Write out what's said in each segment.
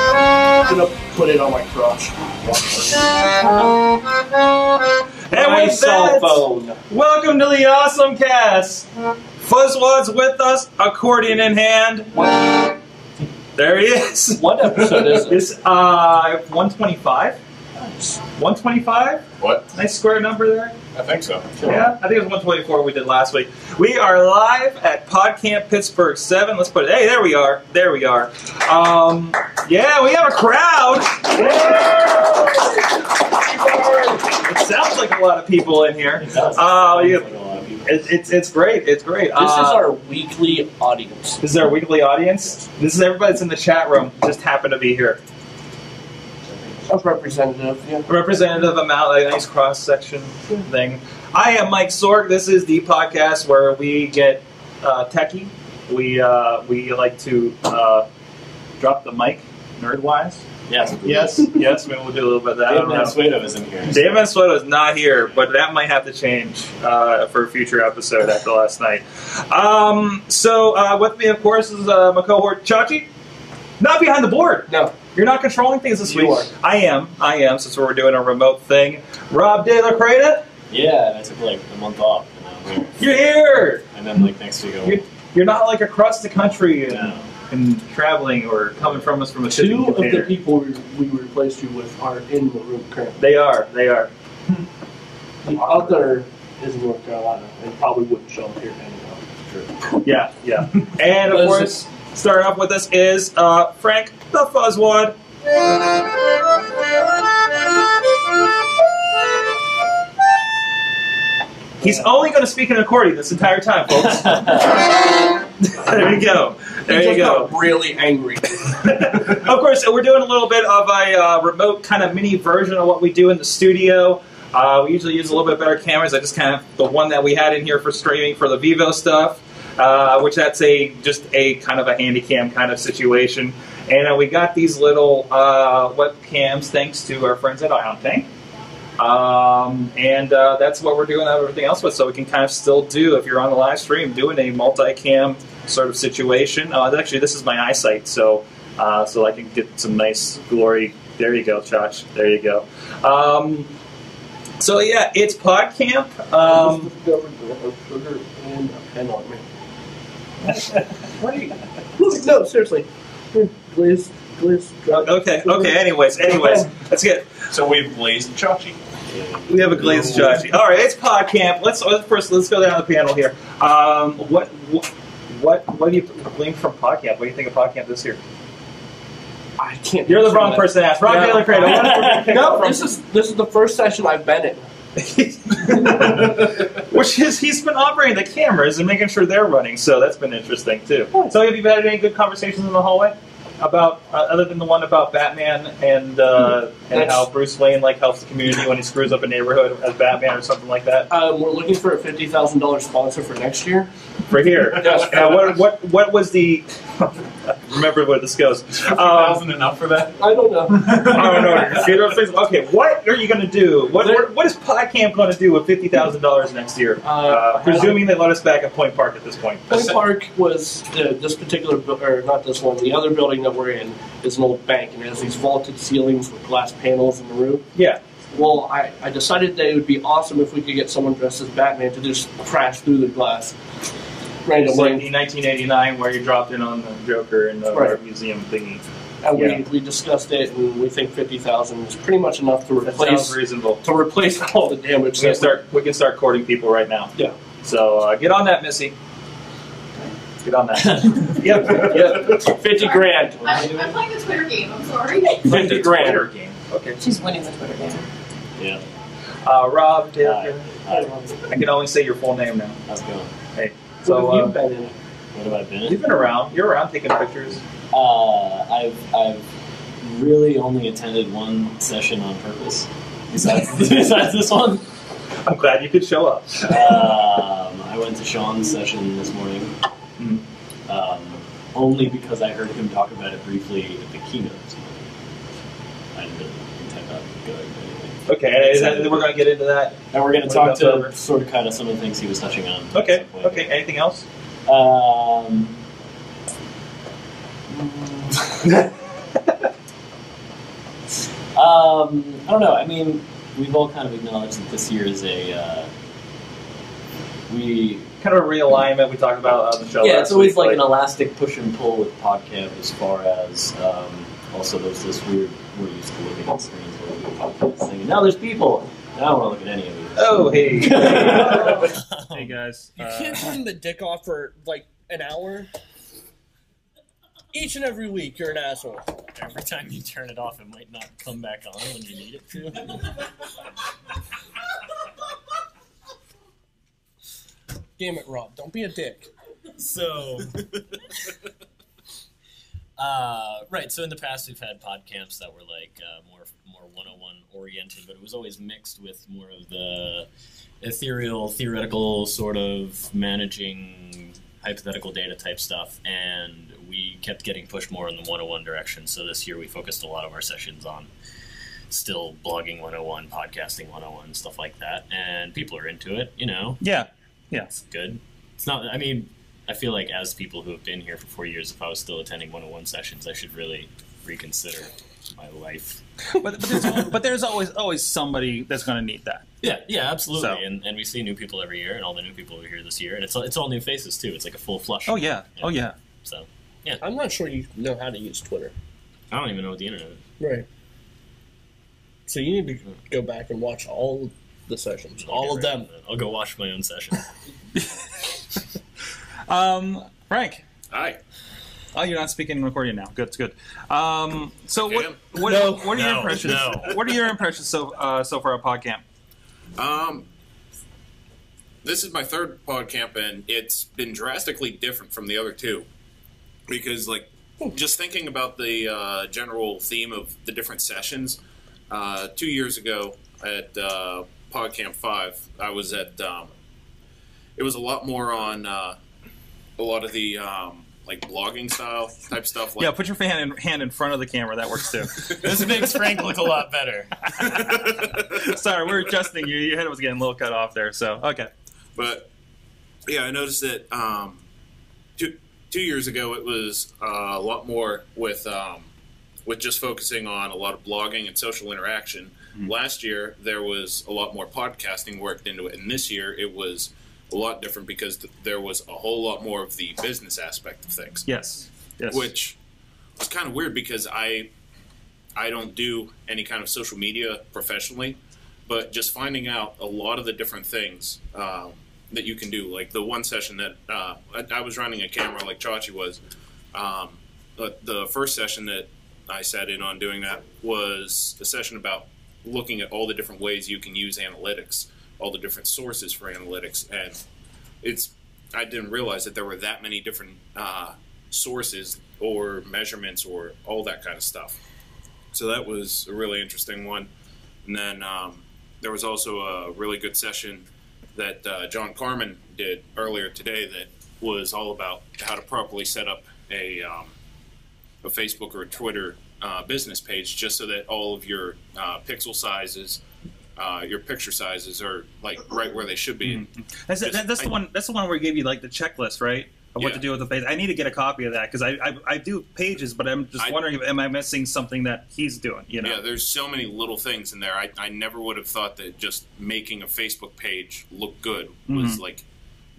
I'm gonna put it on my crotch. And My with cell that, phone. welcome to the Awesome Cast. Fuzzwad's with us, accordion in hand. There he is. What episode is it? It's uh, 125. 125? What? Nice square number there. I think so. Yeah, I think it was 124 we did last week. We are live at PodCamp Pittsburgh 7. Let's put it. Hey, there we are. There we are. Um, yeah, we have a crowd. It sounds like a lot of people in here. Oh, you- It's it's, it's great. It's great. Uh, This is our weekly audience. this is our weekly audience. This is everybody that's in the chat room. Just happened to be here. A representative, yeah. A representative amount, a nice cross section thing. I am Mike Sorg. This is the podcast where we get uh, techie. We uh, we like to uh, drop the mic nerd wise. Yes. Yes, yes, maybe we'll do a little bit of that. I Dave don't know. Mansueto is in here. Dave Mansueto is not here, but that might have to change uh, for a future episode after last night. Um, so uh, with me, of course, is uh, my cohort Chachi. Not behind the board. No. You're not controlling things this You week. are. I am. I am. Since we're doing a remote thing. Rob De La Preta, Yeah, and I took like a month off, and I'm here. you're here. And then like next week, I'll, You're, you're not like across the country and, no. and traveling or coming from us from a shipping Two of the container. people we we replaced you with are in the room currently. They are. They are. The other is in North Carolina and probably wouldn't show up here anyway. Yeah. Yeah. And of Listen. course, starting off with us is uh, Frank the Fuzzwad. He's only going to speak in accordion this entire time, folks. there you go. There He you just go. got really angry. of course, we're doing a little bit of a uh, remote kind of mini version of what we do in the studio. Uh, we usually use a little bit better cameras. I just kind of the one that we had in here for streaming for the Vivo stuff, uh, which that's a just a kind of a handy cam kind of situation. And uh, we got these little uh, webcams thanks to our friends at Ion Tank. Um, and uh, that's what we're doing everything else with, so we can kind of still do, if you're on the live stream, doing a multi-cam sort of situation. Uh, actually, this is my eyesight, so uh, so I can get some nice glory. There you go, Josh. There you go. Um, so yeah, it's PodCamp. Um, sugar and a pen on me. what are you- No, seriously. Glaze, glaze, drop. okay, okay. Anyways, anyways, that's good. So we blazed Chachi. We have a glazed judge. All right, it's PodCamp. Let's let's first let's go down the panel here. Um, what what what what do you blame from PodCamp? What do you think of PodCamp this year? I can't. You're the wrong person to ask. Rob Yeah. Taylor Crane. I wanna No, pick this is this is the first session I've been in. up from- which is he's been operating the cameras and making sure they're running, so that's been interesting too. So have you had any good conversations in the hallway about uh, other than the one about Batman and uh, and That's- how Bruce Wayne like helps the community when he screws up a neighborhood as Batman or something like that? Um, we're looking for a fifty thousand dollars sponsor for next year. For here. Now, what what what was the? remember where this goes. Um, Thousand enough for that? I don't know. oh no! See, those things- Okay, what are you going to do? What There- what is PodCamp going to do with fifty thousand dollars next year? Uh, Uh, presuming they let us back at Point Park at this point. Point Park was uh, this particular, bu- or not this one, the other building that we're in is an old bank and it has these vaulted ceilings with glass panels in the roof. Yeah. Well, I, I decided that it would be awesome if we could get someone dressed as Batman to just crash through the glass It's like randomly. the 1989 where you dropped in on the Joker and the Right. art museum thingy. and we, yeah. we discussed it, and we think fifty thousand is pretty much enough to That replace sounds reasonable. to replace all the damage. We can that- start. We can start courting people right now. Yeah. So uh, get on that, Missy. Get on that. yep. Yep. fifty grand. I'm, I'm playing a Twitter game. I'm sorry. Fifty grand. Twitter game. Okay. She's winning the Twitter game. Yeah. Uh, Rob, Dave, Hi. Hi. I can only say your full name now. How's it going? So what have uh, you been in? What have I been? in? you've been around. You're around taking pictures. Uh, I've I've really only attended one session on purpose. Besides, besides this one, I'm glad you could show up. um, I went to Sean's session this morning. Mm. Um, only because I heard him talk about it briefly at the keynote. this morning. I didn't intend on going. but anyway. Okay. is that- we're going to get into that. And we're going What to talk about Trevor? to sort of kind of some of the things he was touching on. at Okay. some point. Okay. Anything else? Um, Um, I don't know. I mean, we've all kind of acknowledged that this year is a uh, we Kind of a realignment we talked about on the show. yeah, last it's always week, like, an elastic push and pull with PodCamp as far as um, also there's this weird we're used to looking at screens when we do podcasts thing. And now there's people. And I don't want to look at any of you. oh hey, hey guys. You Uh, can't turn the dick off for like an hour. Each and every week, you're an asshole. Every time you turn it off, it might not come back on when you need it to. Damn it, Rob. Don't be a dick. so, uh, right. So in the past, we've had pod camps that were like uh, more more 101 oriented, but it was always mixed with more of the ethereal, theoretical sort of managing hypothetical data type stuff, and we kept getting pushed more in the 101 direction. So this year, we focused a lot of our sessions on still blogging 101, podcasting 101, stuff like that, and people are into it. You know, yeah, yeah. it's good. It's not. I mean, I feel like as people who have been here for four years, if I was still attending one-on-one sessions, I should really reconsider my life. But, but, there's, but there's always always somebody that's going to need that. Yeah, yeah, absolutely. So- And and we see new people every year, and all the new people are here this year, and it's all- it's all new faces too. It's like a full flush. Oh yeah, oh yeah. So I'm not sure you know how to use Twitter. I don't even know what the internet. is. Right. So you need to go back and watch all the sessions, all of them. I'll go watch my own session. Um, Frank, Hi. oh, you're not speaking Concordia now. Good, good. Um, so I am. what what, No. what are your No, impressions? no. What are your impressions so uh, so far at PodCamp? Um, this is my third pod camp, and it's been drastically different from the other two because, like, just thinking about the uh, general theme of the different sessions. Uh, two years ago at uh, Pod Camp Five, I was at. Um, it was a lot more on uh, a lot of the um, like blogging style type stuff. Like Yeah, put your hand in, hand in front of the camera. That works too. this makes Frank look a lot better. Sorry, we were adjusting you. Your head was getting a little cut off there. So okay. But yeah, I noticed that um, two two years ago it was uh, a lot more with um, with just focusing on a lot of blogging and social interaction. Last year there was a lot more podcasting worked into it, and this year it was a lot different because th- there was a whole lot more of the business aspect of things Yes. Yes. which was kind of weird because I I don't do any kind of social media professionally, but just finding out a lot of the different things um, that you can do, like the one session that uh, I, I was running a camera like Chachi was, um, but the first session that I sat in on doing that was a session about looking at all the different ways you can use analytics, all the different sources for analytics, and it's I didn't realize that there were that many different uh, sources or measurements or all that kind of stuff. So that was a really interesting one. And then um, there was also a really good session that uh, John Carmen did earlier today that was all about how to properly set up a, um, a Facebook or Twitter uh, business page just so that all of your uh, pixel sizes, uh, your picture sizes are like right where they should be. That's, that, that's the one. That's the one where he gave you like the checklist, right? Of what Yeah. to do with the page. I need to get a copy of that because I, I I do pages, but I'm just I- wondering, if, am I missing something that he's doing? You know. Yeah, there's so many little things in there. I, I never would have thought that just making a Facebook page look good was Mm-hmm. like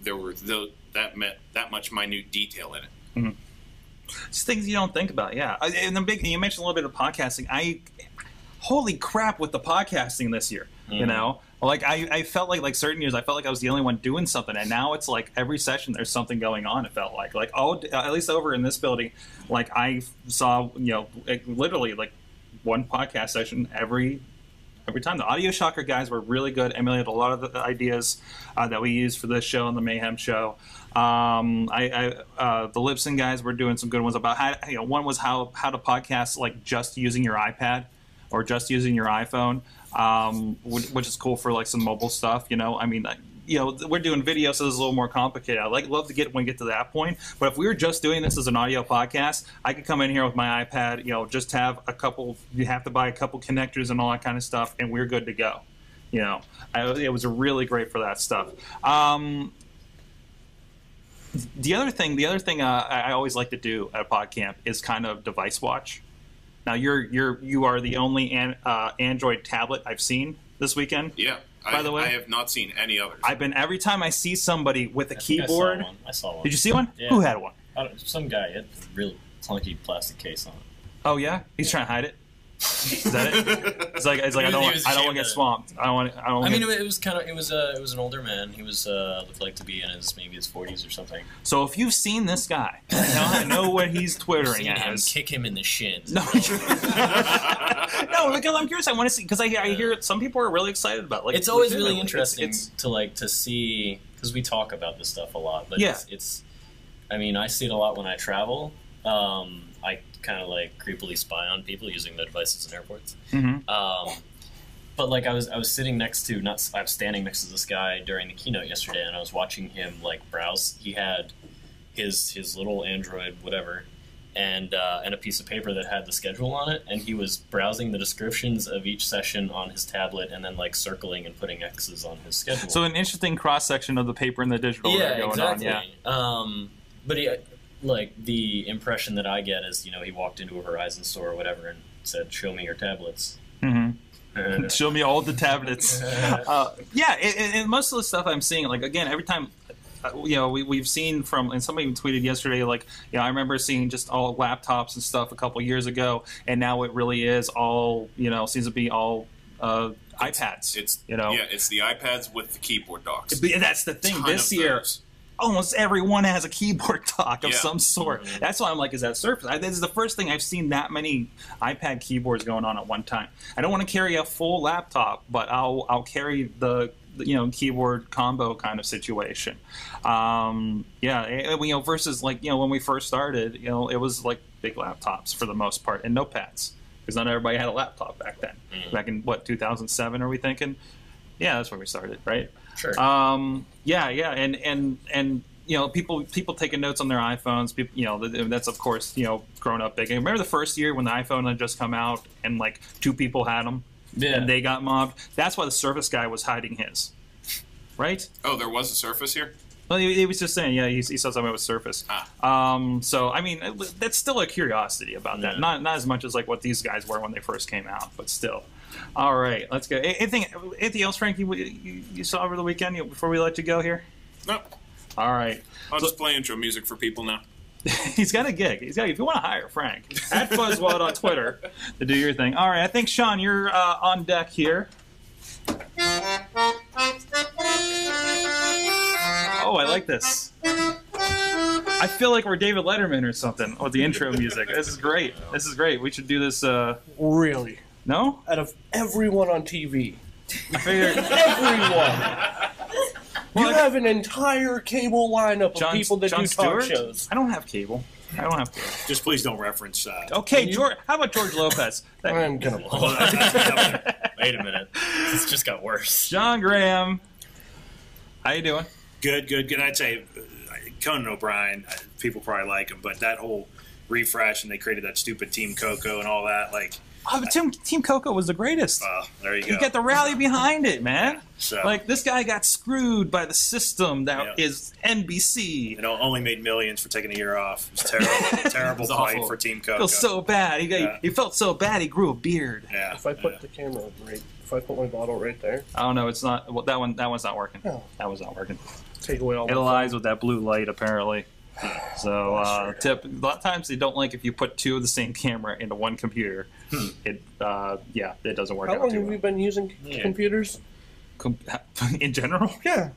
there were tho- that meant that much minute detail in it. It's things you don't think about. Yeah, I- and the big you mentioned a little bit of podcasting. I holy crap with the podcasting this year. You know, like I, I felt like like certain years I felt like I was the only one doing something, and now it's like every session there's something going on. It felt like like all at least over in this building, like I saw you know like, literally like one podcast session every. Every time the Audio Shocker guys were really good, emulated a lot of the ideas uh, that we used for this show and the Mayhem show. Um, I, I uh, the Lipson guys were doing some good ones about how you know one was how how to podcast like just using your iPad or just using your iPhone, um, which, which is cool for like some mobile stuff. You know, I mean, like, you know, we're doing video, so it's a little more complicated. I like love to get when we get to that point, but if we were just doing this as an audio podcast, I could come in here with my iPad, you know, just have a couple. You have to buy a couple connectors and all that kind of stuff, and we're good to go. You know, I, it was really great for that stuff. Um, the other thing, the other thing uh, I I always like to do at PodCamp is kind of device watch. Now you're you're you are the only an, uh, Android tablet I've seen this weekend. Yeah. By I, the way- I have not seen any others. I've been every time I see somebody with a I think keyboard. I saw one. I saw one. Did you see one? Yeah. Who had one? I don't, some guy had a real clunky plastic case on it. Oh yeah, he's trying to hide it. Is that it? It's like it's like I He don't was- he was want, ashamed I don't want to get of it. swamped. I don't want I don't. I wanna mean, get- it was kind of it was uh, it was an older man. He was uh, looked like to be in his maybe his forties or something. so if you've seen this guy, I know, I know what he's Seen twittering him as. kick him in the shins. No, no, because I'm curious. I want to see because I, I hear some people are really excited about. Like it's always legitimately, really interesting It's, it's, to like to see because we talk about this stuff a lot but Yeah. it's, it's i mean i see it a lot when i travel um, i kind of like creepily spy on people using the devices in airports Mhm. um, but like i was i was sitting next to not s- i was standing next to this guy during the keynote yesterday and i was watching him like browse he had his his little android whatever and uh, and a piece of paper that had the schedule on it, and he was browsing the descriptions of each session on his tablet, and then like circling and putting X's on his schedule. so an interesting cross section of the paper and the digital. that are yeah, going exactly. On, yeah. Um, but he, like the impression that I get is, you know, he walked into a Verizon store or whatever and said, "Show me your tablets." hmm Uh, Show me all the tablets. Uh, yeah, and- and, and most of the stuff I'm seeing, like again, every time, uh, you know, we, we've seen from, and somebody tweeted yesterday, like, you know, I remember seeing just all laptops and stuff a couple years ago, and now it really is all, you know, seems to be all uh, iPads. it's you know. yeah, it's the iPads with the keyboard docks. But that's the thing. Ton This of year, those. almost everyone has a keyboard dock of Yeah. Mm-hmm. some sort. That's why I'm like, is that Surface? I, this is the first thing I've seen that many iPad keyboards going on at one time. I don't want to carry a full laptop, but I'll I'll carry the the, you know keyboard combo kind of situation. Um, yeah, eh, eh, you know versus like you know when we first started, you know it was like big laptops for the most part and notepads because not everybody had a laptop back then. Mm. Back in what 2007 are we thinking? Yeah, that's where we started, right? sure. Um, yeah, yeah, and and and you know, people people taking notes on their iPhones. People, you know, th- that's of course you know grown up big. I remember the first year when the iPhone had just come out, and like two people had them, yeah. and they got mobbed. That's why the Surface guy was hiding his, right? Oh, there was a Surface here. Well, he, he was just saying, yeah, he, he saw something with Surface. Um, so I mean, it- that's still a curiosity about that. Ah. Yeah. Not not as much as like what these guys were when they first came out, but still. All right, let's go. A- Anything, anything else, Frankie? You, you, you saw over the weekend you- before we let you go here. No, All right. I'll So- just play intro music for people now. He's got a gig. He's got. If you want to hire Frank at Fuzzwad on Twitter to do your thing. All right, I think Sean, you're uh, on deck here. Oh, I like this. I feel like we're David Letterman or something with the intro music. This is great. This is great. We should do this. Uh, Really, no, out of everyone on TV, I figured. everyone. You Well, have an entire cable lineup of Jon- people that Jon do talk Stewart? shows. I don't have cable. I don't have cable. Just please don't reference. Uh, Okay, George. How about George Lopez? I'm gonna love Hold on. Wait a minute. This just got worse. John Graham. How you doing? Good, good, good. I'd say uh, Conan O'Brien. uh, People probably like him, but that whole refresh and they created that stupid Team Coco and all that. Like, Oh, but Team, Team Coco was the greatest. uh, there you go. You got the rally behind it, man. so, Like this guy got screwed by the system that Yeah. is you NBC. know, only made millions for taking a year off. It was terrible, terrible It's fight awful. for Team Coco. Feels so bad. He, got, Yeah. he felt so bad. He grew a beard. yeah, If I put yeah. the camera right, if I put my bottle right there, I don't know. It's not well, that one. That one's not working. Oh. That one's not working. take away all It the lies with that blue light apparently. So uh, tip. A lot of times they don't like if you put two of the same camera into one computer. Hmm. It uh, yeah, it doesn't work How out long too have you been using computers? Com- in general. Yeah.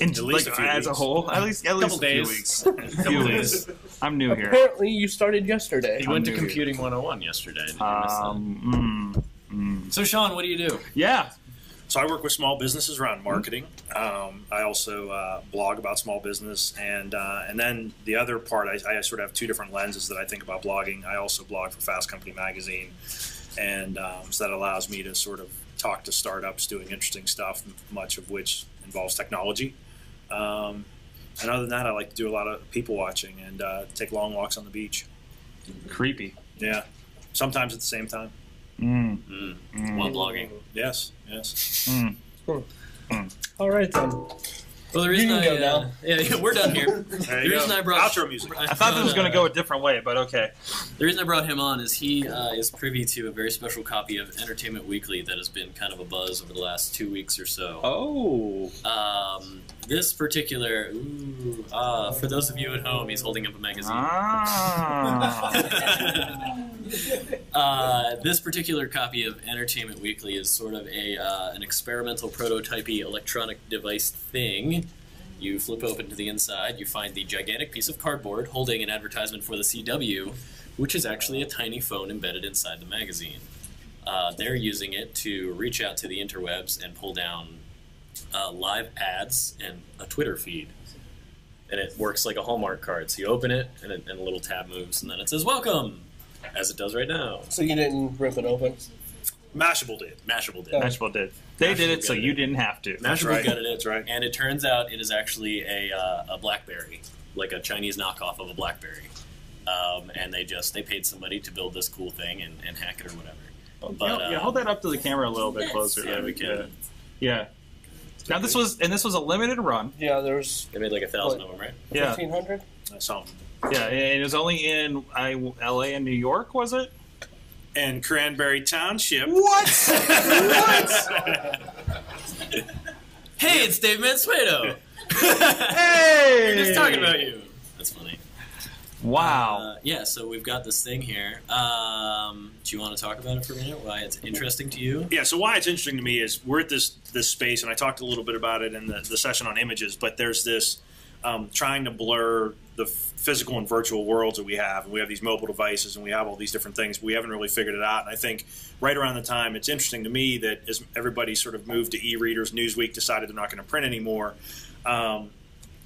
In, At least like, a few as a weeks. whole, at least at least couple a few days. weeks. couple Few days. weeks. I'm new here. Apparently, you started yesterday. You went to I'm new here. Computing 101 yesterday. Did you miss Um, mm. that? So, Sean, what do you do? Yeah. So I work with small businesses around marketing. Um, I also uh, blog about small business, and uh, and then the other part, I, I sort of have two different lenses that I think about blogging. I also blog for Fast Company magazine, and um, so that allows me to sort of talk to startups doing interesting stuff, m- much of which involves technology. Um, and other than that, I like to do a lot of people watching and uh, take long walks on the beach. Creepy. Yeah, sometimes at the same time. Mm. Hmm. While blogging. Yes, yes. All right then. Well, the reason can I go uh, now. Yeah, yeah, we're done here. There the you reason go. I brought Outro music. I thought this was going to go a different way, but okay. The reason I brought him on is he uh, is privy to a very special copy of Entertainment Weekly that has been kind of a buzz over the last two weeks or so. Oh, Um, this particular, ooh, uh, for those of you at home, he's holding up a magazine. ah. uh, this particular copy of Entertainment Weekly is sort of a uh, an experimental prototypey electronic device thing. You flip open to the inside, you find the gigantic piece of cardboard holding an advertisement for the CW, which is actually a tiny phone embedded inside the magazine. Uh, they're using it to reach out to the interwebs and pull down uh, live ads and a Twitter feed. And it works like a Hallmark card. So you open it, and, it, and a little tab moves, and then it says "Welcome," as it does right now. So you didn't rip it open. Mashable did. Mashable did. Mashable did. They did it, so you didn't have to. Mashable right. gutted it. That's right. And it turns out it is actually a, uh, a BlackBerry, like a Chinese knockoff of a BlackBerry. Um, and they just they paid somebody to build this cool thing and, and hack it or whatever. But, yeah, uh, yeah, hold that up to the camera a little bit closer. Yeah, we can. Yeah. Now this was, and this was a limited run. Yeah, there's They made like a thousand of them, right? Yeah, fifteen hundred. I saw him. yeah, and it was only in I, L.A. and New York, was it? And Cranberry Township. Hey, it's Dave Mansueto. Hey, Just talking about you. That's funny. Wow. Uh, yeah, so we've got this thing here. Um, do you want to talk about it for a minute? Why it's interesting to you? Yeah, so why it's interesting to me is we're at this this space, and I talked a little bit about it in the, the session on images, but there's this um, trying to blur the f- physical and virtual worlds that we have. And we have these mobile devices and we have all these different things. We haven't really figured it out. And I think right around the time, it's interesting to me that as everybody sort of moved to e readers, Newsweek decided they're not going to print anymore. Um,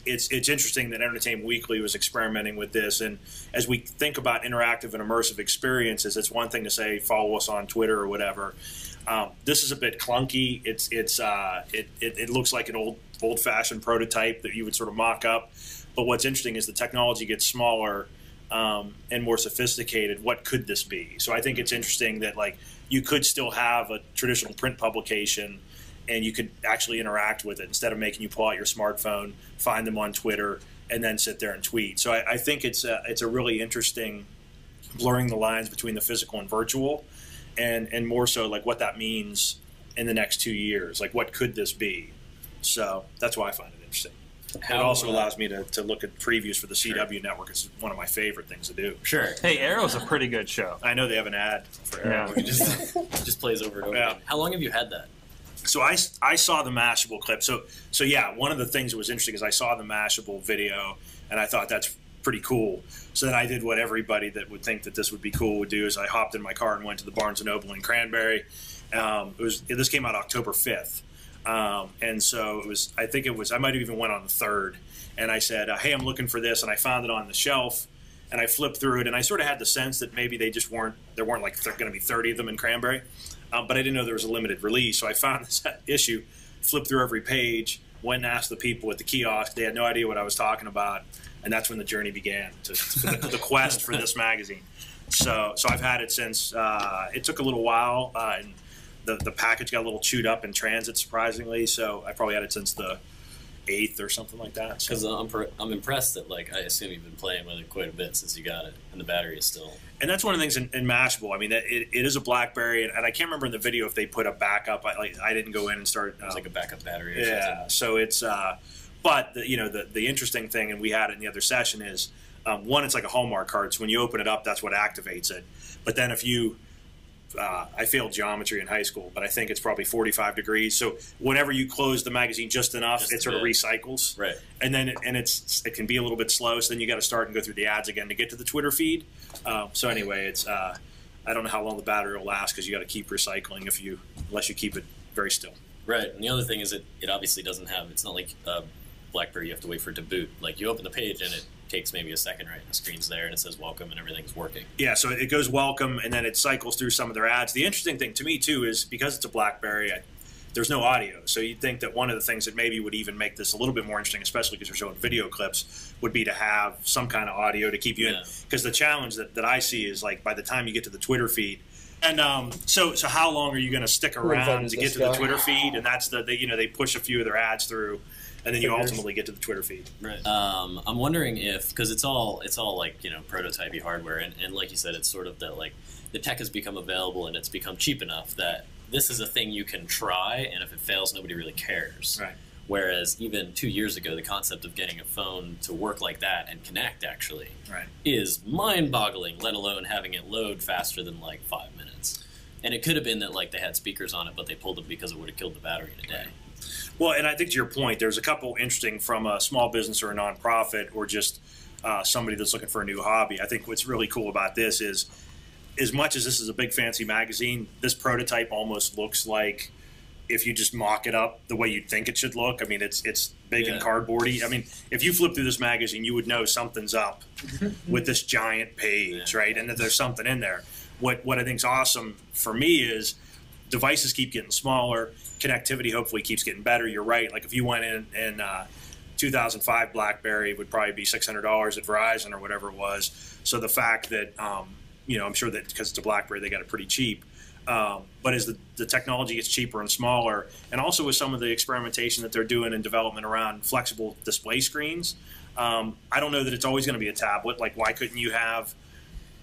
it's it's interesting that Entertainment Weekly was experimenting with this. And as we think about interactive and immersive experiences, it's one thing to say follow us on Twitter or whatever. Um, this is a bit clunky. It's it's uh, it, it it looks like an old old fashioned prototype that you would sort of mock up. But what's interesting is the technology gets smaller um, and more sophisticated. What could this be? So I think it's interesting that like you could still have a traditional print publication and you could actually interact with it instead of making you pull out your smartphone, find them on Twitter, and then sit there and tweet. So I, I think it's a, it's a really interesting blurring the lines between the physical and virtual, and and more so like what that means in the next two years. Like what could this be? So that's why I find it interesting. How, it also uh, allows me to, to look at previews for the CW network. It's one of my favorite things to do. Sure. Hey, Arrow's a pretty good show. I know they have an ad for Arrow. Yeah. It just, it just plays over and over. Yeah. again. How long have you had that? so I, I saw the Mashable clip. So so yeah, one of the things that was interesting is I saw the Mashable video and I thought that's pretty cool. So then I did what everybody that would think that this would be cool would do is I hopped in my car and went to the Barnes and Noble in Cranberry. Um, it was this came out October fifth, um, and so it was. I think it was. I might have even went on the third, and I said, uh, "Hey, I'm looking for this," and I found it on the shelf. And I flipped through it, and I sort of had the sense that maybe they just weren't there weren't like th- going to be 30 of them in Cranberry um, but I didn't know there was a limited release. So I found this issue, flipped through every page, went and asked the people at the kiosk. They had no idea what I was talking about, and that's when the journey began to, to the, the quest for this magazine. So, so I've had it since. Uh, it took a little while, uh, and the the package got a little chewed up in transit, surprisingly. So I probably had it since the eighth or something like that. So. Because I'm, per- I'm impressed that like I assume you've been playing with it quite a bit since you got it, and the battery is still. and that's one of the things in, in Mashable. I mean, it, it is a BlackBerry, and, and I can't remember in the video if they put a backup. I, like, I didn't go in and start. It's um, like a backup battery. Or Yeah. So it's, uh, but the, you know, the the interesting thing, and we had it in the other session is, um, one, it's like a Hallmark card. So when you open it up, that's what activates it. But then if you uh, I failed geometry in high school, but I think it's probably 45 degrees. So whenever you close the magazine just enough, Just a it sort of bit. recycles, Right. And then it, and it's it can be a little bit slow. So then you got to start and go through the ads again to get to the Twitter feed. Um, so anyway, it's uh, I don't know how long the battery will last because you got to keep recycling if you unless you keep it very still. Right. And the other thing is it it obviously doesn't have. It's not like uh, BlackBerry. You have to wait for it to boot. Like you open the page and it takes maybe a second. Right. And the screen's there and it says welcome and everything's working. Yeah, so it goes welcome, and then it cycles through some of their ads. The interesting thing to me too is because it's a BlackBerry, I, there's no audio. So you'd think that one of the things that maybe would even make this a little bit more interesting, especially because you're showing video clips, would be to have some kind of audio to keep you in. Yeah. Because the challenge that, that I see is like by the time you get to the Twitter feed, and um, so so how long are you going to stick around invented to get this to the guy? Twitter feed? And that's the they, you know they push a few of their ads through. and then you Figures. ultimately get to the Twitter feed. Right. Um, I'm wondering if because it's all it's all like you know prototypey hardware, and, and like you said, it's sort of that like the tech has become available and it's become cheap enough that this is a thing you can try, and if it fails, nobody really cares. Right. Whereas even two years ago, the concept of getting a phone to work like that and connect actually Right. is mind-boggling. Let alone having it load faster than like five minutes. And it could have been that like they had speakers on it, but they pulled them because it would have killed the battery in a day. Well, and I think to your point, there's a couple interesting from a small business or a nonprofit or just uh, somebody that's looking for a new hobby. I think what's really cool about this is, as much as this is a big fancy magazine, this prototype almost looks like if you just mock it up the way you'd think it should look. I mean, it's it's big and Yeah. cardboardy. I mean, if you flip through this magazine, you would know something's up with this giant page, Yeah. right? And that there's something in there. What what I think's awesome for me is devices keep getting smaller. Connectivity hopefully keeps getting better. You're right. Like if you went in in uh, 2005, BlackBerry would probably be $600 at Verizon or whatever it was. So the fact that um, you know, I'm sure that because it's a BlackBerry, they got it pretty cheap. Um, but as the, the technology gets cheaper and smaller, and also with some of the experimentation that they're doing and development around flexible display screens, um, I don't know that it's always going to be a tablet. Like, why couldn't you have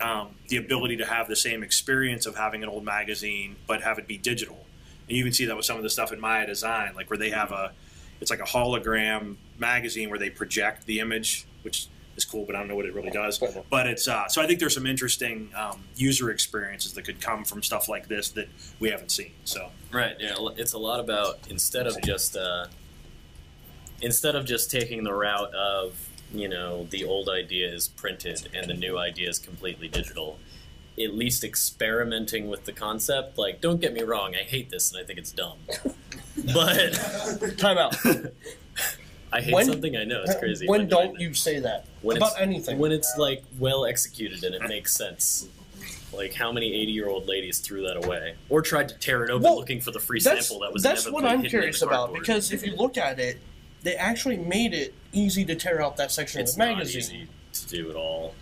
um, the ability to have the same experience of having an old magazine, but have it be digital? And you can see that with some of the stuff in Maya Design, like where they have a, it's like a hologram magazine where they project the image, which is cool, but I don't know what it really does. But it's uh, so I think there's some interesting um, user experiences that could come from stuff like this that we haven't seen. So Right. Yeah. l- It's a lot about instead of just uh, instead of just taking the route of you know the old idea is printed and the new idea is completely digital. At least experimenting with the concept. Like, don't get me wrong. I hate this and I think it's dumb. But Time out. I hate When- something I know. It's crazy. When do I don't know? you say that When about it's- anything? When it's like well executed and it makes sense. Like how many eighty-year-old ladies threw that away or tried to tear it open Well, looking for the free that's sample that was that's what inevitably I'm hidden in curious the about cardboard. because if you look at it, they actually made it easy to tear out that section it's of the not magazine. easy to do at all.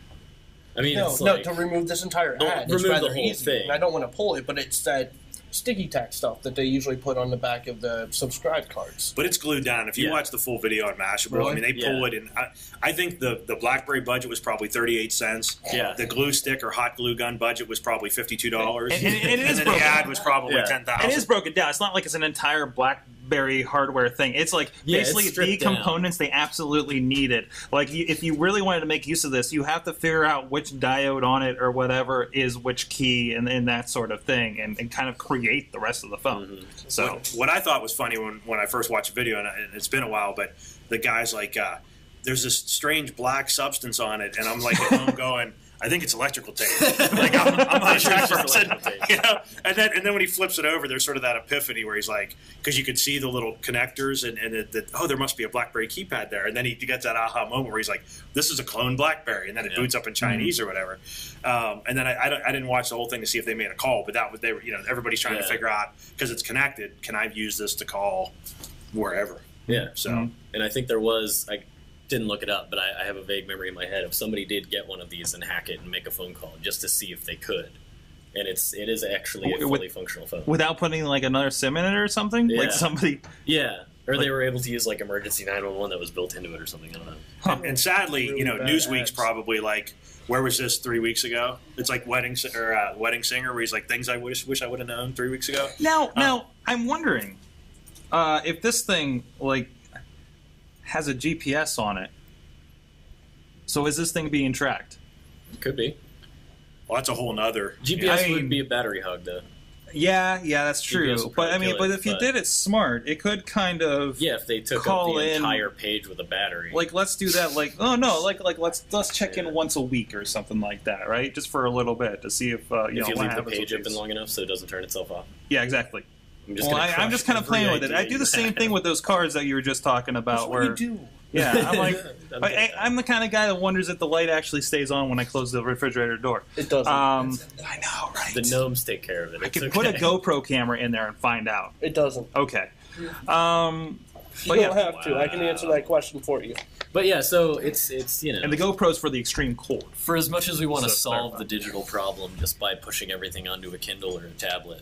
I mean, no, it's no, like, to remove this entire No, ad, it's remove the rather whole easy. thing. And I don't want to pull it, but it's that sticky tack stuff that they usually put on the back of the subscribe cards. But it's glued down. If you Yeah. watch the full video on Mashable, I Really? mean, they pull Yeah. it, and uh, I, I think the the BlackBerry budget was probably thirty eight cents. Yeah. The glue stick or hot glue gun budget was probably fifty two dollars, And- and- and it is then broken. the ad was probably Yeah. ten And it is thousand. broken down. It's not like it's an entire BlackBerry hardware thing. It's like Yeah, it's basically the stripped down. components they absolutely needed. Like you, if you really wanted to make use of this, you have to figure out which diode on it or whatever is which key and, and that sort of thing, and, and kind of create the rest of the phone. So Mm-hmm. What, what I thought was funny when when I first watched the video, and I- and it's been a while, but the guy's like, uh, "There's this strange black substance on it," and I'm like, at home going. I think it's electrical tape. Like I'm, I'm not a tech It's just person, electrical tape. you know. And then, and then when he flips it over, there's sort of that epiphany where he's like, because you could see the little connectors, and and it, that oh, there must be a BlackBerry keypad there. And then he gets that aha moment where he's like, this is a clone BlackBerry, and then it Yeah. boots up in Chinese or whatever. Um, and then I, I, don't- I didn't watch the whole thing to see if they made a call, but that was they were you know everybody's trying to Yeah. figure out because it's connected. Can I use this to call wherever? yeah, So Mm-hmm. and I think there was I didn't look it up, but I, I have a vague memory in my head of somebody did get one of these and hack it and make a phone call just to see if they could. And it's it is actually a With- fully functional phone. without putting like another sim in it or something, Yeah. like somebody yeah, or they were able to use like emergency nine one one that was built into it or something. I don't know. and, and sadly, Really you know, bad Newsweek's ads. probably like, where was this three weeks ago? It's like wedding Si- or uh, wedding singer, where he's like, things I wish wish I would have known three weeks ago. Now, now I'm wondering uh, if this thing like has a GPS on it. So is this thing being tracked? Could be Well, that's a whole nother. GPS I mean- would be a battery hog though. Yeah, yeah, that's true. GPS will But I probably mean, kill but it, if you but- did it smart, it could kind of Yeah, if they took Call up the in- entire page with a battery, like let's do that. Like oh no, like like let's let's check Yeah. in once a week or something like that, right? Just for a little bit to see if uh, you if you know what leave the happens with page open these. long enough so it doesn't turn itself off. Yeah, exactly. I'm well, gonna I, I'm crush just kind of every playing with it. I idea do you the same have. thing with those cars that you were just talking That's about. what Where you do. yeah, I'm like. I'm I, good I, at I'm the kind of guy that wonders if the light actually stays on when I close the refrigerator door. It doesn't. Um, I know, right? that. the gnomes take care of it. I It's could okay. put a GoPro camera in there and find out. it doesn't. Okay. Um, You but don't yeah, have to. I can answer that question for you. But yeah, so it's it's you know and the GoPro's for the extreme cold. for as much as we want to So solve clarify. the digital problem just by pushing everything onto a Kindle or a tablet,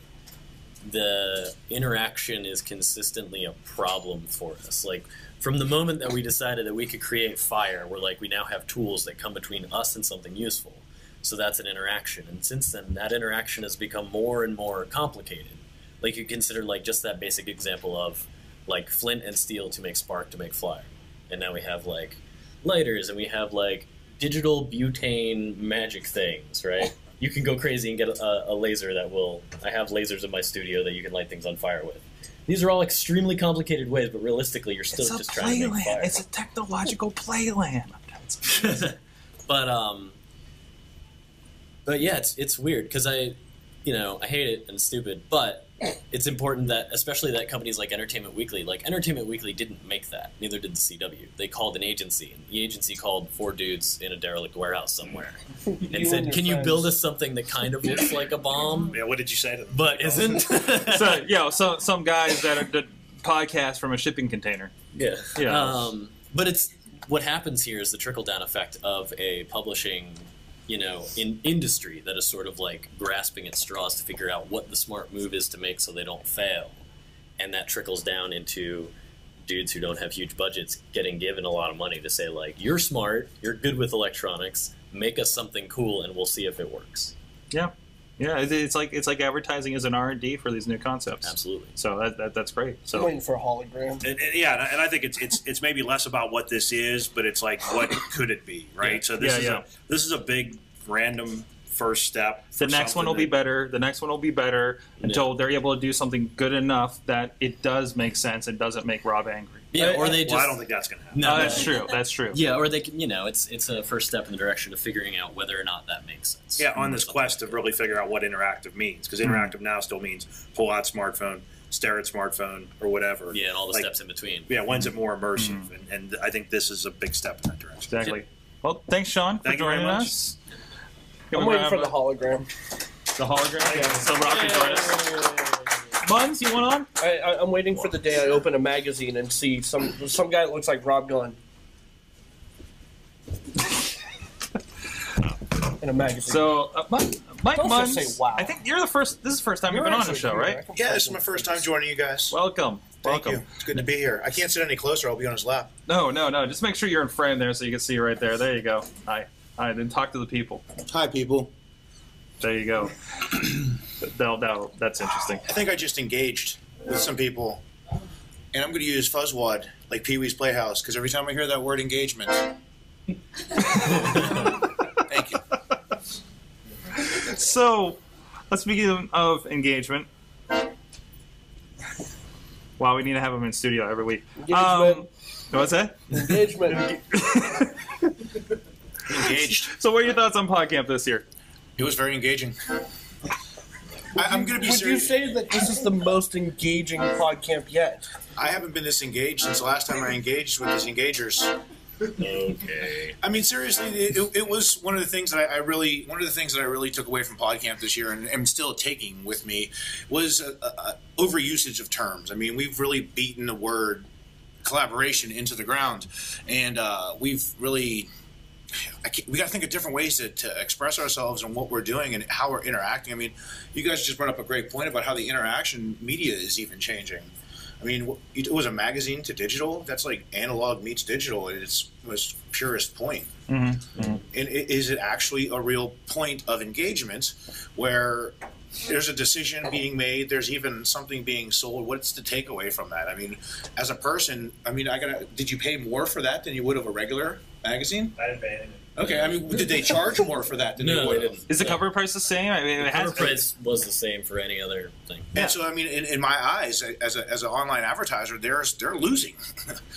the interaction is consistently a problem for us. Like from the moment that we decided that we could create fire, we're like, we now have tools that come between us and something useful. So that's an interaction. And since then, that interaction has become more and more complicated. Like you consider like just that basic example of like flint and steel to make spark to make fire. And now we have like lighters and we have like digital butane magic things, right? You can go crazy and get a, a laser that will. I have lasers in my studio that you can light things on fire with. These are all extremely complicated ways, but realistically, you're still It's a just trying to make fire. playland. It's a technological playland. but um but yeah it's it's weird because i you know i hate it and stupid but it's important that especially that companies like entertainment weekly like entertainment weekly didn't make that neither did the cw they called an agency and the agency called four dudes in a derelict warehouse somewhere and You said and your can you friends." build us something that kind of looks like a bomb Yeah, what did you say to them? but isn't so, yo, so, some guys that are, that podcast from a shipping container. Yeah. Yeah. Um, but it's what happens here is the trickle down effect of a publishing, you know, in industry that is sort of like grasping at straws to figure out what the smart move is to make so they don't fail, and that trickles down into dudes who don't have huge budgets getting given a lot of money to say like, you're smart, you're good with electronics, make us something cool, and we'll see if it works. Yeah, yeah. It's, it's like it's like advertising is an R and D for these new concepts. Absolutely. So that, that that's great. I'm So waiting for a hologram. And, and- yeah, and I- and I think it's it's it's maybe less about what this is, but it's like what could it be, right? So this Yeah, is yeah. a this is a big random first step. the for next one something will be that- better. The next one will be better until they're able to do something good enough that it does make sense. It doesn't make Rob angry. Yeah. Or they just. Well, I don't think that's going to happen. No, Oh, no. that's true. That's true. Yeah, or they can, you know, it's it's a first step in the direction of figuring out whether or not that makes sense. Yeah, on this quest to really figure out what interactive means, because interactive now still means pull out smartphone, stare at smartphone, or whatever. Yeah, and all the Like, steps in between. Yeah, when's it more immersive? And, and I think this is a big step in that direction. Exactly. Well, thanks, Sean, for Thank you very joining much. us. I'm Can we waiting for the grab hologram. the hologram. Yeah. So Rob can join us. Buns, you want on? I, I, I'm waiting for the day I open a magazine and see some some guy that looks like Rob Gunn. In a magazine. So uh, Mike, Mike Don't Munns, just say wow. I think you're the first. This is the first time you've been on the show, right? Yeah, this is my first time joining you guys. Welcome. Thank Welcome. you. It's good to be here. I can't sit any closer. I'll be on his lap. No, no, no. Just make sure you're in frame there so you can see right there. There you go. Hi. Hi. Then talk to the people. Hi, people. There you go. that'll, that'll, that's interesting. I think I just engaged with some people, and I'm going to use fuzzwad like Pee Wee's Playhouse because every time I hear that word engagement. Thank you. So, let's begin of engagement. Wow, we need to have them in studio every week. Um, Engagement. what's that? Engagement. Engaged. So, what are your thoughts on PodCamp this year? It was very engaging. I, I'm going to be Would you serious. say that this is the most engaging pod camp yet? I haven't been this engaged since the last time I engaged with these engagers. Okay. I mean, seriously, it, it, it was one of the things that I, I really, one of the things that I really took away from PodCamp this year, and am still taking with me, was uh uh overusage of terms. I mean, we've really beaten the word collaboration into the ground, and uh, we've really. I can't, we got to think of different ways to, to express ourselves and what we're doing and how we're interacting. I mean, you guys just brought up a great point about how the interaction media is even changing. I mean, it was a magazine to digital. That's like analog meets digital at its most purest point. And i- is it actually a real point of engagement where there's a decision being made, there's even something being sold? What's the takeaway from that? I mean, as a person, I mean, I gotta. Did you pay more for that than you would of a regular magazine? I didn't pay anything. Okay, I mean, did they charge more for that than they No, would? they have? didn't. Is the cover price the same? I mean, it Cover has, price was the same for any other thing. And so, I mean, in, in my eyes, as, a, as an online advertiser, they're they're losing.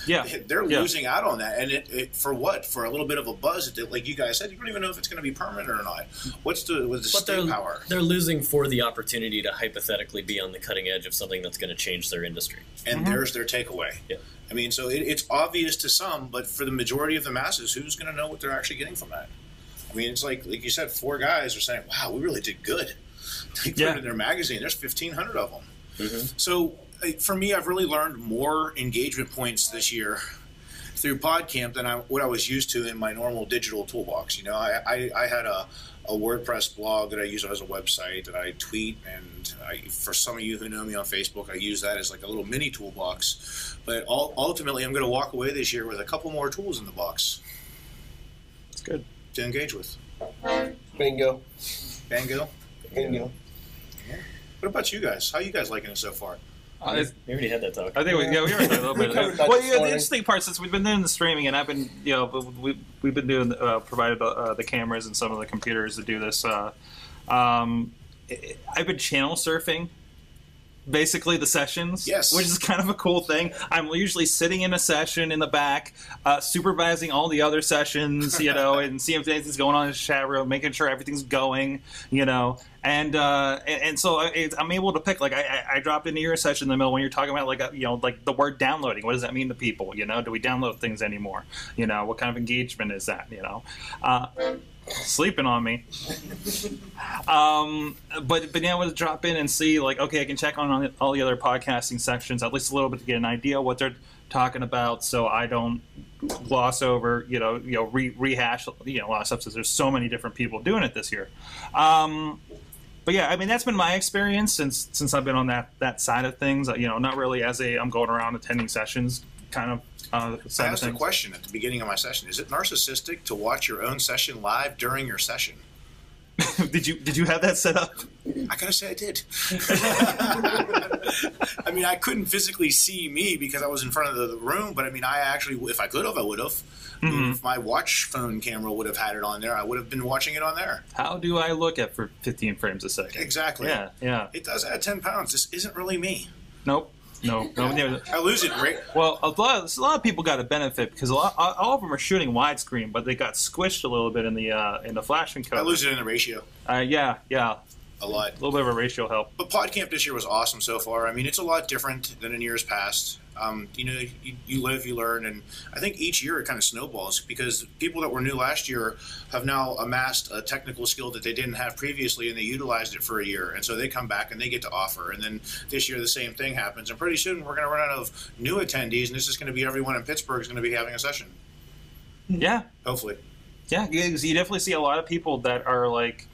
Yeah. they're Yeah. losing out on that, and it, it for what? For a little bit of a buzz that, like you guys said, you don't even know if it's going to be permanent or not. What's the with the But they're, staying power? they're losing for the opportunity to hypothetically be on the cutting edge of something that's going to change their industry. and there's their takeaway. Yeah. I mean, so it, it's obvious to some, but for the majority of the masses, who's going to know what they're actually getting from that? I mean, it's like like you said, four guys are saying, "Wow, we really did good." They put Yeah. it in their magazine. There's 1,500 of them. So uh, for me, I've really learned more engagement points this year through PodCamp than I, what I was used to in my normal digital toolbox. You know, I, I, I had a, a WordPress blog that I use as a website that I tweet, and I, for some of you who know me on Facebook, I use that as like a little mini toolbox. But ul- ultimately, I'm going to walk away this year with a couple more tools in the box. That's good. To engage with. Bingo. Bango. Bingo. What about you guys? How you guys liking it so far? Uh, We already had that talk. I think we, yeah, we already did a little We bit. covered that well, this yeah, the morning. interesting part since we've been doing the streaming and I've been, you know, we we've been doing uh, provided uh, the cameras and some of the computers to do this. Uh, um, I- I've been channel surfing. Basically, the sessions, Yes. which is kind of a cool thing. I'm usually sitting in a session in the back, uh, supervising all the other sessions, you know, and seeing if anything's going on in the chat room, making sure everything's going, you know, and uh, and, and so I- it's, I'm able to pick. Like I, I, I dropped into your session in the middle when you're talking about like uh you know like the word downloading. What does that mean to people? You know, do we download things anymore? You know, what kind of engagement is that? You know, uh, sleeping on me. Um, but being able to drop in and see, like, okay, I can check on all the- all the other podcasting sections at least a little bit to get an idea what they're talking about, so I don't gloss over, you know, you know, re- rehash, you know, a lot of stuff. Since there's so many different people doing it this year. Um, but yeah, I mean, that's been my experience since since I've been on that that side of things. You know, not really as a I'm going around attending sessions kind of uh, I side of asked a things. question at the beginning of my session. Is it narcissistic to watch your own session live during your session? did you did you have that set up? I gotta say I did. I mean, I couldn't physically see me because I was in front of the, the room, but I mean, I actually, if I could have, I would have. I mean, Mhm. If my watch phone camera would have had it on there, I would have been watching it on there. How do I look at for 15 frames a second? Exactly. Yeah, yeah. It does add 10 pounds. This isn't really me. Nope. No, no, no. I lose it, Rick. Well, a lot, a lot of people got a benefit because a lot, all of them are shooting widescreen, but they got squished a little bit in the uh, in the flashing code. I lose it in the ratio Uh, yeah, yeah, a lot. a little bit of a ratio help. But PodCamp this year was awesome so far. I mean, it's a lot different than in years past. Um, you know, you, you live, you learn, and I think each year it kind of snowballs because people that were new last year have now amassed a technical skill that they didn't have previously, and they utilized it for a year, and so they come back and they get to offer. And then this year the same thing happens, and pretty soon we're going to run out of new attendees, and this is going to be everyone in Pittsburgh is going to be having a session, Yeah, hopefully. Yeah, because you definitely see a lot of people that are like,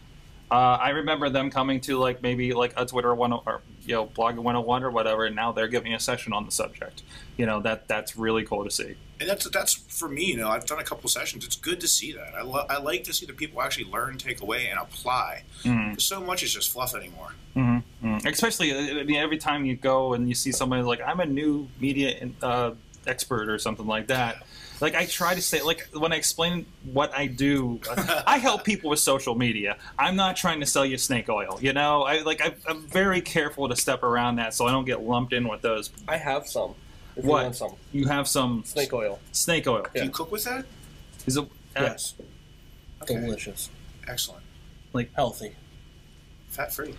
uh, I remember them coming to like maybe like a Twitter one or you know blogging 101 or whatever, and now they're giving a session on the subject. You know that that's really cool to see. and that's that's for me. You know, I've done a couple sessions. It's good to see that. I, lo- I like to see that people actually learn, take away, and apply. Mm-hmm. Mhm. So much is just fluff anymore. Mm-hmm. Especially, uh, I mean, every time you go and you see somebody like, I'm a new media uh, expert or something like that. Like I try to say, like when I explain what I do, I help people with social media. I'm not trying to sell you snake oil, you know. I like I, I'm very careful to step around that so I don't get lumped in with those. I have some. If What? You want some You have some snake oil. snake oil. Do you cook with that? Is it? uh, yes. Okay. Delicious. Excellent. Healthy. Fat free.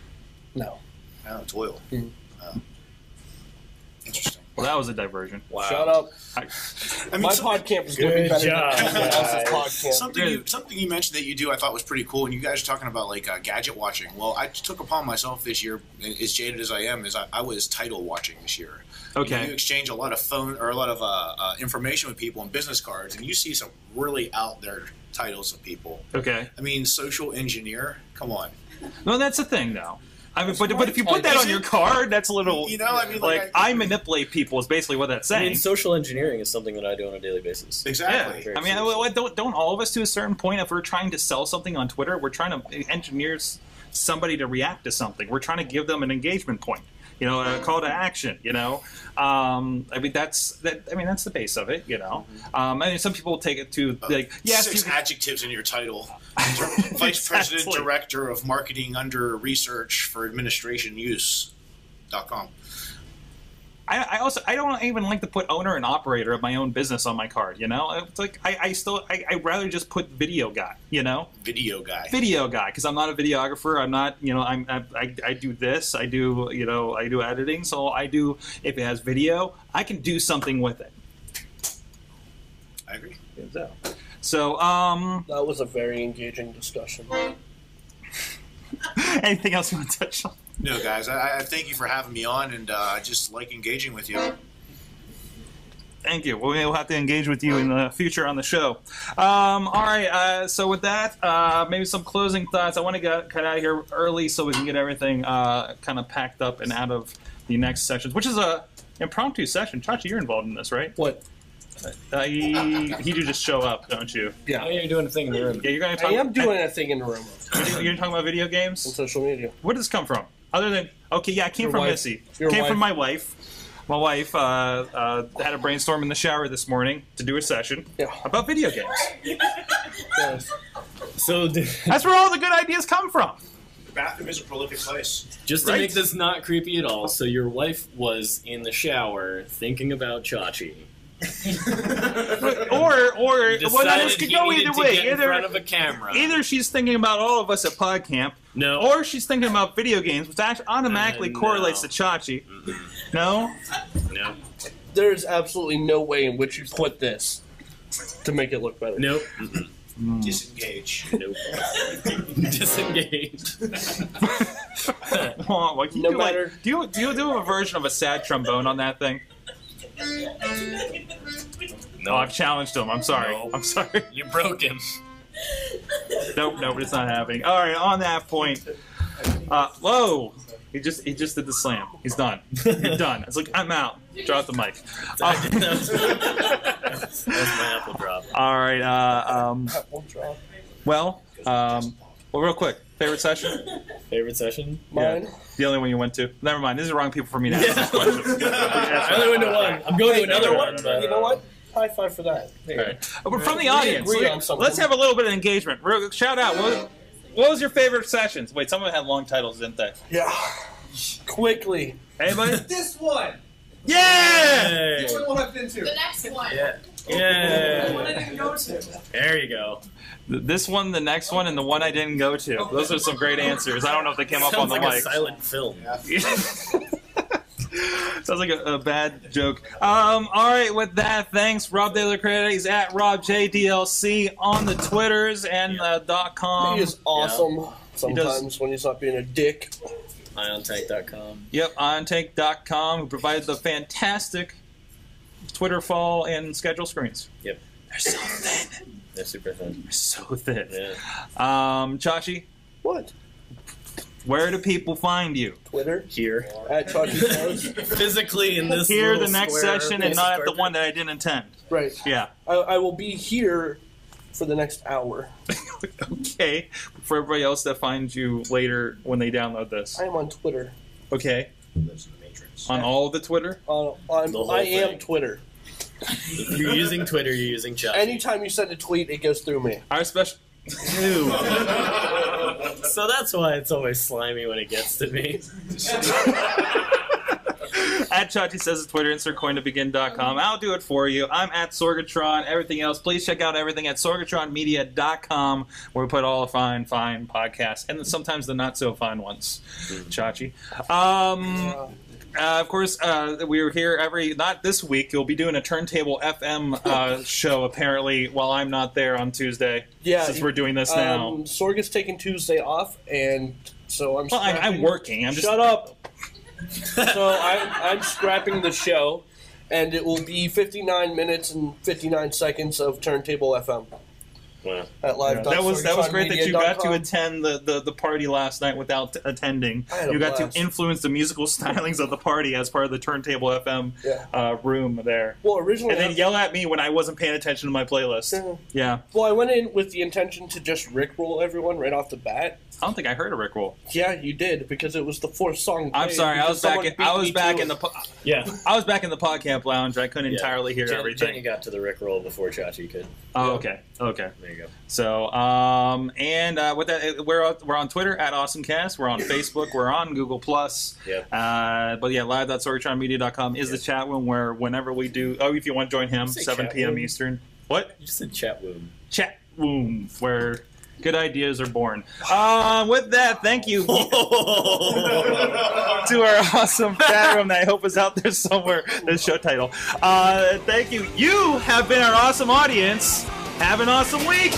No. No, it's oil. Mhm. Oh. Interesting. Well, that was a diversion. Shut up. I- I mean, My some- podcast is going to be Good better job, than anyone else's guys. podcast. Something you, something you mentioned that you do I thought was pretty cool, and you guys are talking about like uh, gadget watching. Well, I took upon myself this year, and as jaded as I am, is I, I was title watching this year. You okay. exchange a lot of phone or a lot of uh, uh, information with people and business cards, and you see some really out there titles of people. Okay. I mean, social engineer. Come on, No, that's the thing though. I mean, but, but if you put that on your card, that's a little. you know. I mean, like like, I manipulate people is basically what that's I mean, saying. social engineering is something that I do on a daily basis. exactly. Yeah, I mean, I- I- don't don't all of us to a certain point? If we're trying to sell something on Twitter, we're trying to engineer s- somebody to react to something. We're trying to give them an engagement point, you know, a call to action. You know, um, I mean, that's that. I mean, that's the base of it. You know, um, I mean, some people take it to like, yes, Mm-hmm. Uh, Six you- adjectives in your title. Vice President Exactly. Director of Marketing under Research for Administration Use. Dot com. I, I also I don't even like to put owner and operator of my own business on my card. You know, it's like I, I still I, I rather just put video guy. You know, Video guy. video guy because I'm not a videographer. I'm not, you know, I'm I, I, I do this. I do, you know, I do editing. So I do if it has video, I can do something with it. I agree. So, so um, That was a very engaging discussion. anything else you want to touch on? No, guys, I, I thank you for having me on, and uh, I just like engaging with you. Thank you. We'll, we'll have to engage with you in the future on the show. Um, all right. Uh, so with that, uh, maybe some closing thoughts. I want to get cut out of here early so we can get everything uh, kind of packed up and out of the next sessions, which is a impromptu session. Chachi, you're involved in this, right? What? Uh, you, you do just show up, don't you? Yeah. Oh, you're doing a thing in the room. Yeah, you're going to I talk. am doing a thing in the room. You're talking about video games on social media. Where did this come from? Other than okay, yeah, it came Your from wife. Missy. Your came wife. from my wife. My wife uh, uh, had a brainstorm in the shower this morning to do a session about video games. So that's where all the good ideas come from. The bathroom is a prolific place. Just to make this not creepy at all, so your wife was in the shower thinking about Chachi. Or or Decided well, this could you go needed either to way. get in either front of a camera. Either she's thinking about all of us at PodCamp, no, or she's thinking about video games, which actually automatically Uh, no. correlates to Chachi. No, no. There is absolutely no way in which you put this to make it look better. Nope. Disengage. Nope. Disengage. Aw, why can't you No do, like- matter- do you do you do a version of a sad trombone on that thing? No, Oh, I've challenged him. I'm sorry. I'm sorry. You broke him. Nope, nope, it's not happening. All right, on that point. Uh, whoa, he just he just did the slam. He's done. You're done. It's like I'm out. Drop the mic. Uh, That's my apple drop. all right. Uh, um, well, um, well, real quick. Favorite session? Favorite session? Mine. The only one you went to. Never mind. This is the wrong people for me to ask. this question. I only went to one. I'm going to another one. but- You know what? High five for that. There. But from the We audience, agree let- on something. let's have a little bit of engagement. Real- Shout out. What was, what was your favorite sessions? Wait, someone had long titles, didn't they? Yeah. Quickly. Anybody? This one. yeah. The only one I've been to. The next one. Yeah. Yeah. The one I didn't go to. uh, There you go. Th- This one, the next one, and the one I didn't go to. Those are some great answers. I don't know if they came up on Sounds the like a mic. silent film. Sounds like a, a bad joke. Um, all right, with that, thanks, Rob De La Creta. He's at Rob RobJDLC on the Twitters and the dot com. he is awesome. Sometimes does- when he's not being a dick. Iontech.com. Yep, ontake.com, who provided the fantastic Twitter fall and schedule screens. Yep. They're so thin. They're super fun. They're so thin. Yeah. Um, Chachi, What? where do people find you? Twitter here. at E. Charging Close. Physically in this Here, the little next square session, piece and of not at the carpet. one that I didn't attend. Right. Yeah. I, I will be here for the next hour. Okay. For everybody else that finds you later when they download this. I am on Twitter. Okay. On all the Twitter? On, Uh, I'm, The whole I am thing. Twitter. If you're using Twitter, you're using Chachi. Anytime you send a tweet, it goes through me. Our special. Ew. so that's why it's always slimy when it gets to me. at Chachi says it's Twitter, insert coin to Mm-hmm. begin.com. I'll do it for you. I'm at Sorgatron. Everything else, please check out everything at sorgatronmedia.com where we put all the fine, fine podcasts and sometimes the not so fine ones. Mm-hmm. Chachi. Mm, Um, uh, of course, uh, we're here every, not this week, you'll be doing a Turntable FM uh, show apparently while I'm not there on Tuesday. Yeah, Since we're doing this um, now. Sorg is taking Tuesday off, and so I'm. Well, I- I'm scrapping- working, I'm just- Shut up. so I'm, I'm scrapping the show, and it will be 59 minutes and 59 seconds of Turntable FM Wow. at live. that was that was great that you got to attend the, the, the party last night without t- attending. I had a You got blast. to influence the musical stylings of the party as part of the turntable FM Yeah. uh, room there, Well, originally, and then I- yell at me when I wasn't paying attention to my playlist. Yeah. Yeah, Well, I went in with the intention to just rickroll everyone right off the bat. I don't think I heard a Rickroll. Yeah, you did because it was the fourth song. I'm played, sorry, I because was back. someone In, beat I was me back to in the it. po- Yeah. I was back in the PodCamp lounge. I couldn't Yeah. entirely hear Jen- everything. Jenny got to the Rickroll before Chachi could. oh, okay, okay. There you go. So, um, and uh, with that, uh, we're out- we're on Twitter at AwesomeCast. We're on Facebook. We're on Google Plus. Yep. Uh, but yeah, live.sorgatronmedia.com is the chat room where whenever we do. Oh, if you want to join him, Say seven chat p.m. room. Eastern. What You just said chat room. chat room where good ideas are born? Uh, with that, thank you to our awesome chat room that I hope is out there somewhere. The show title. Uh, thank you. You have been our awesome audience. Have an awesome week.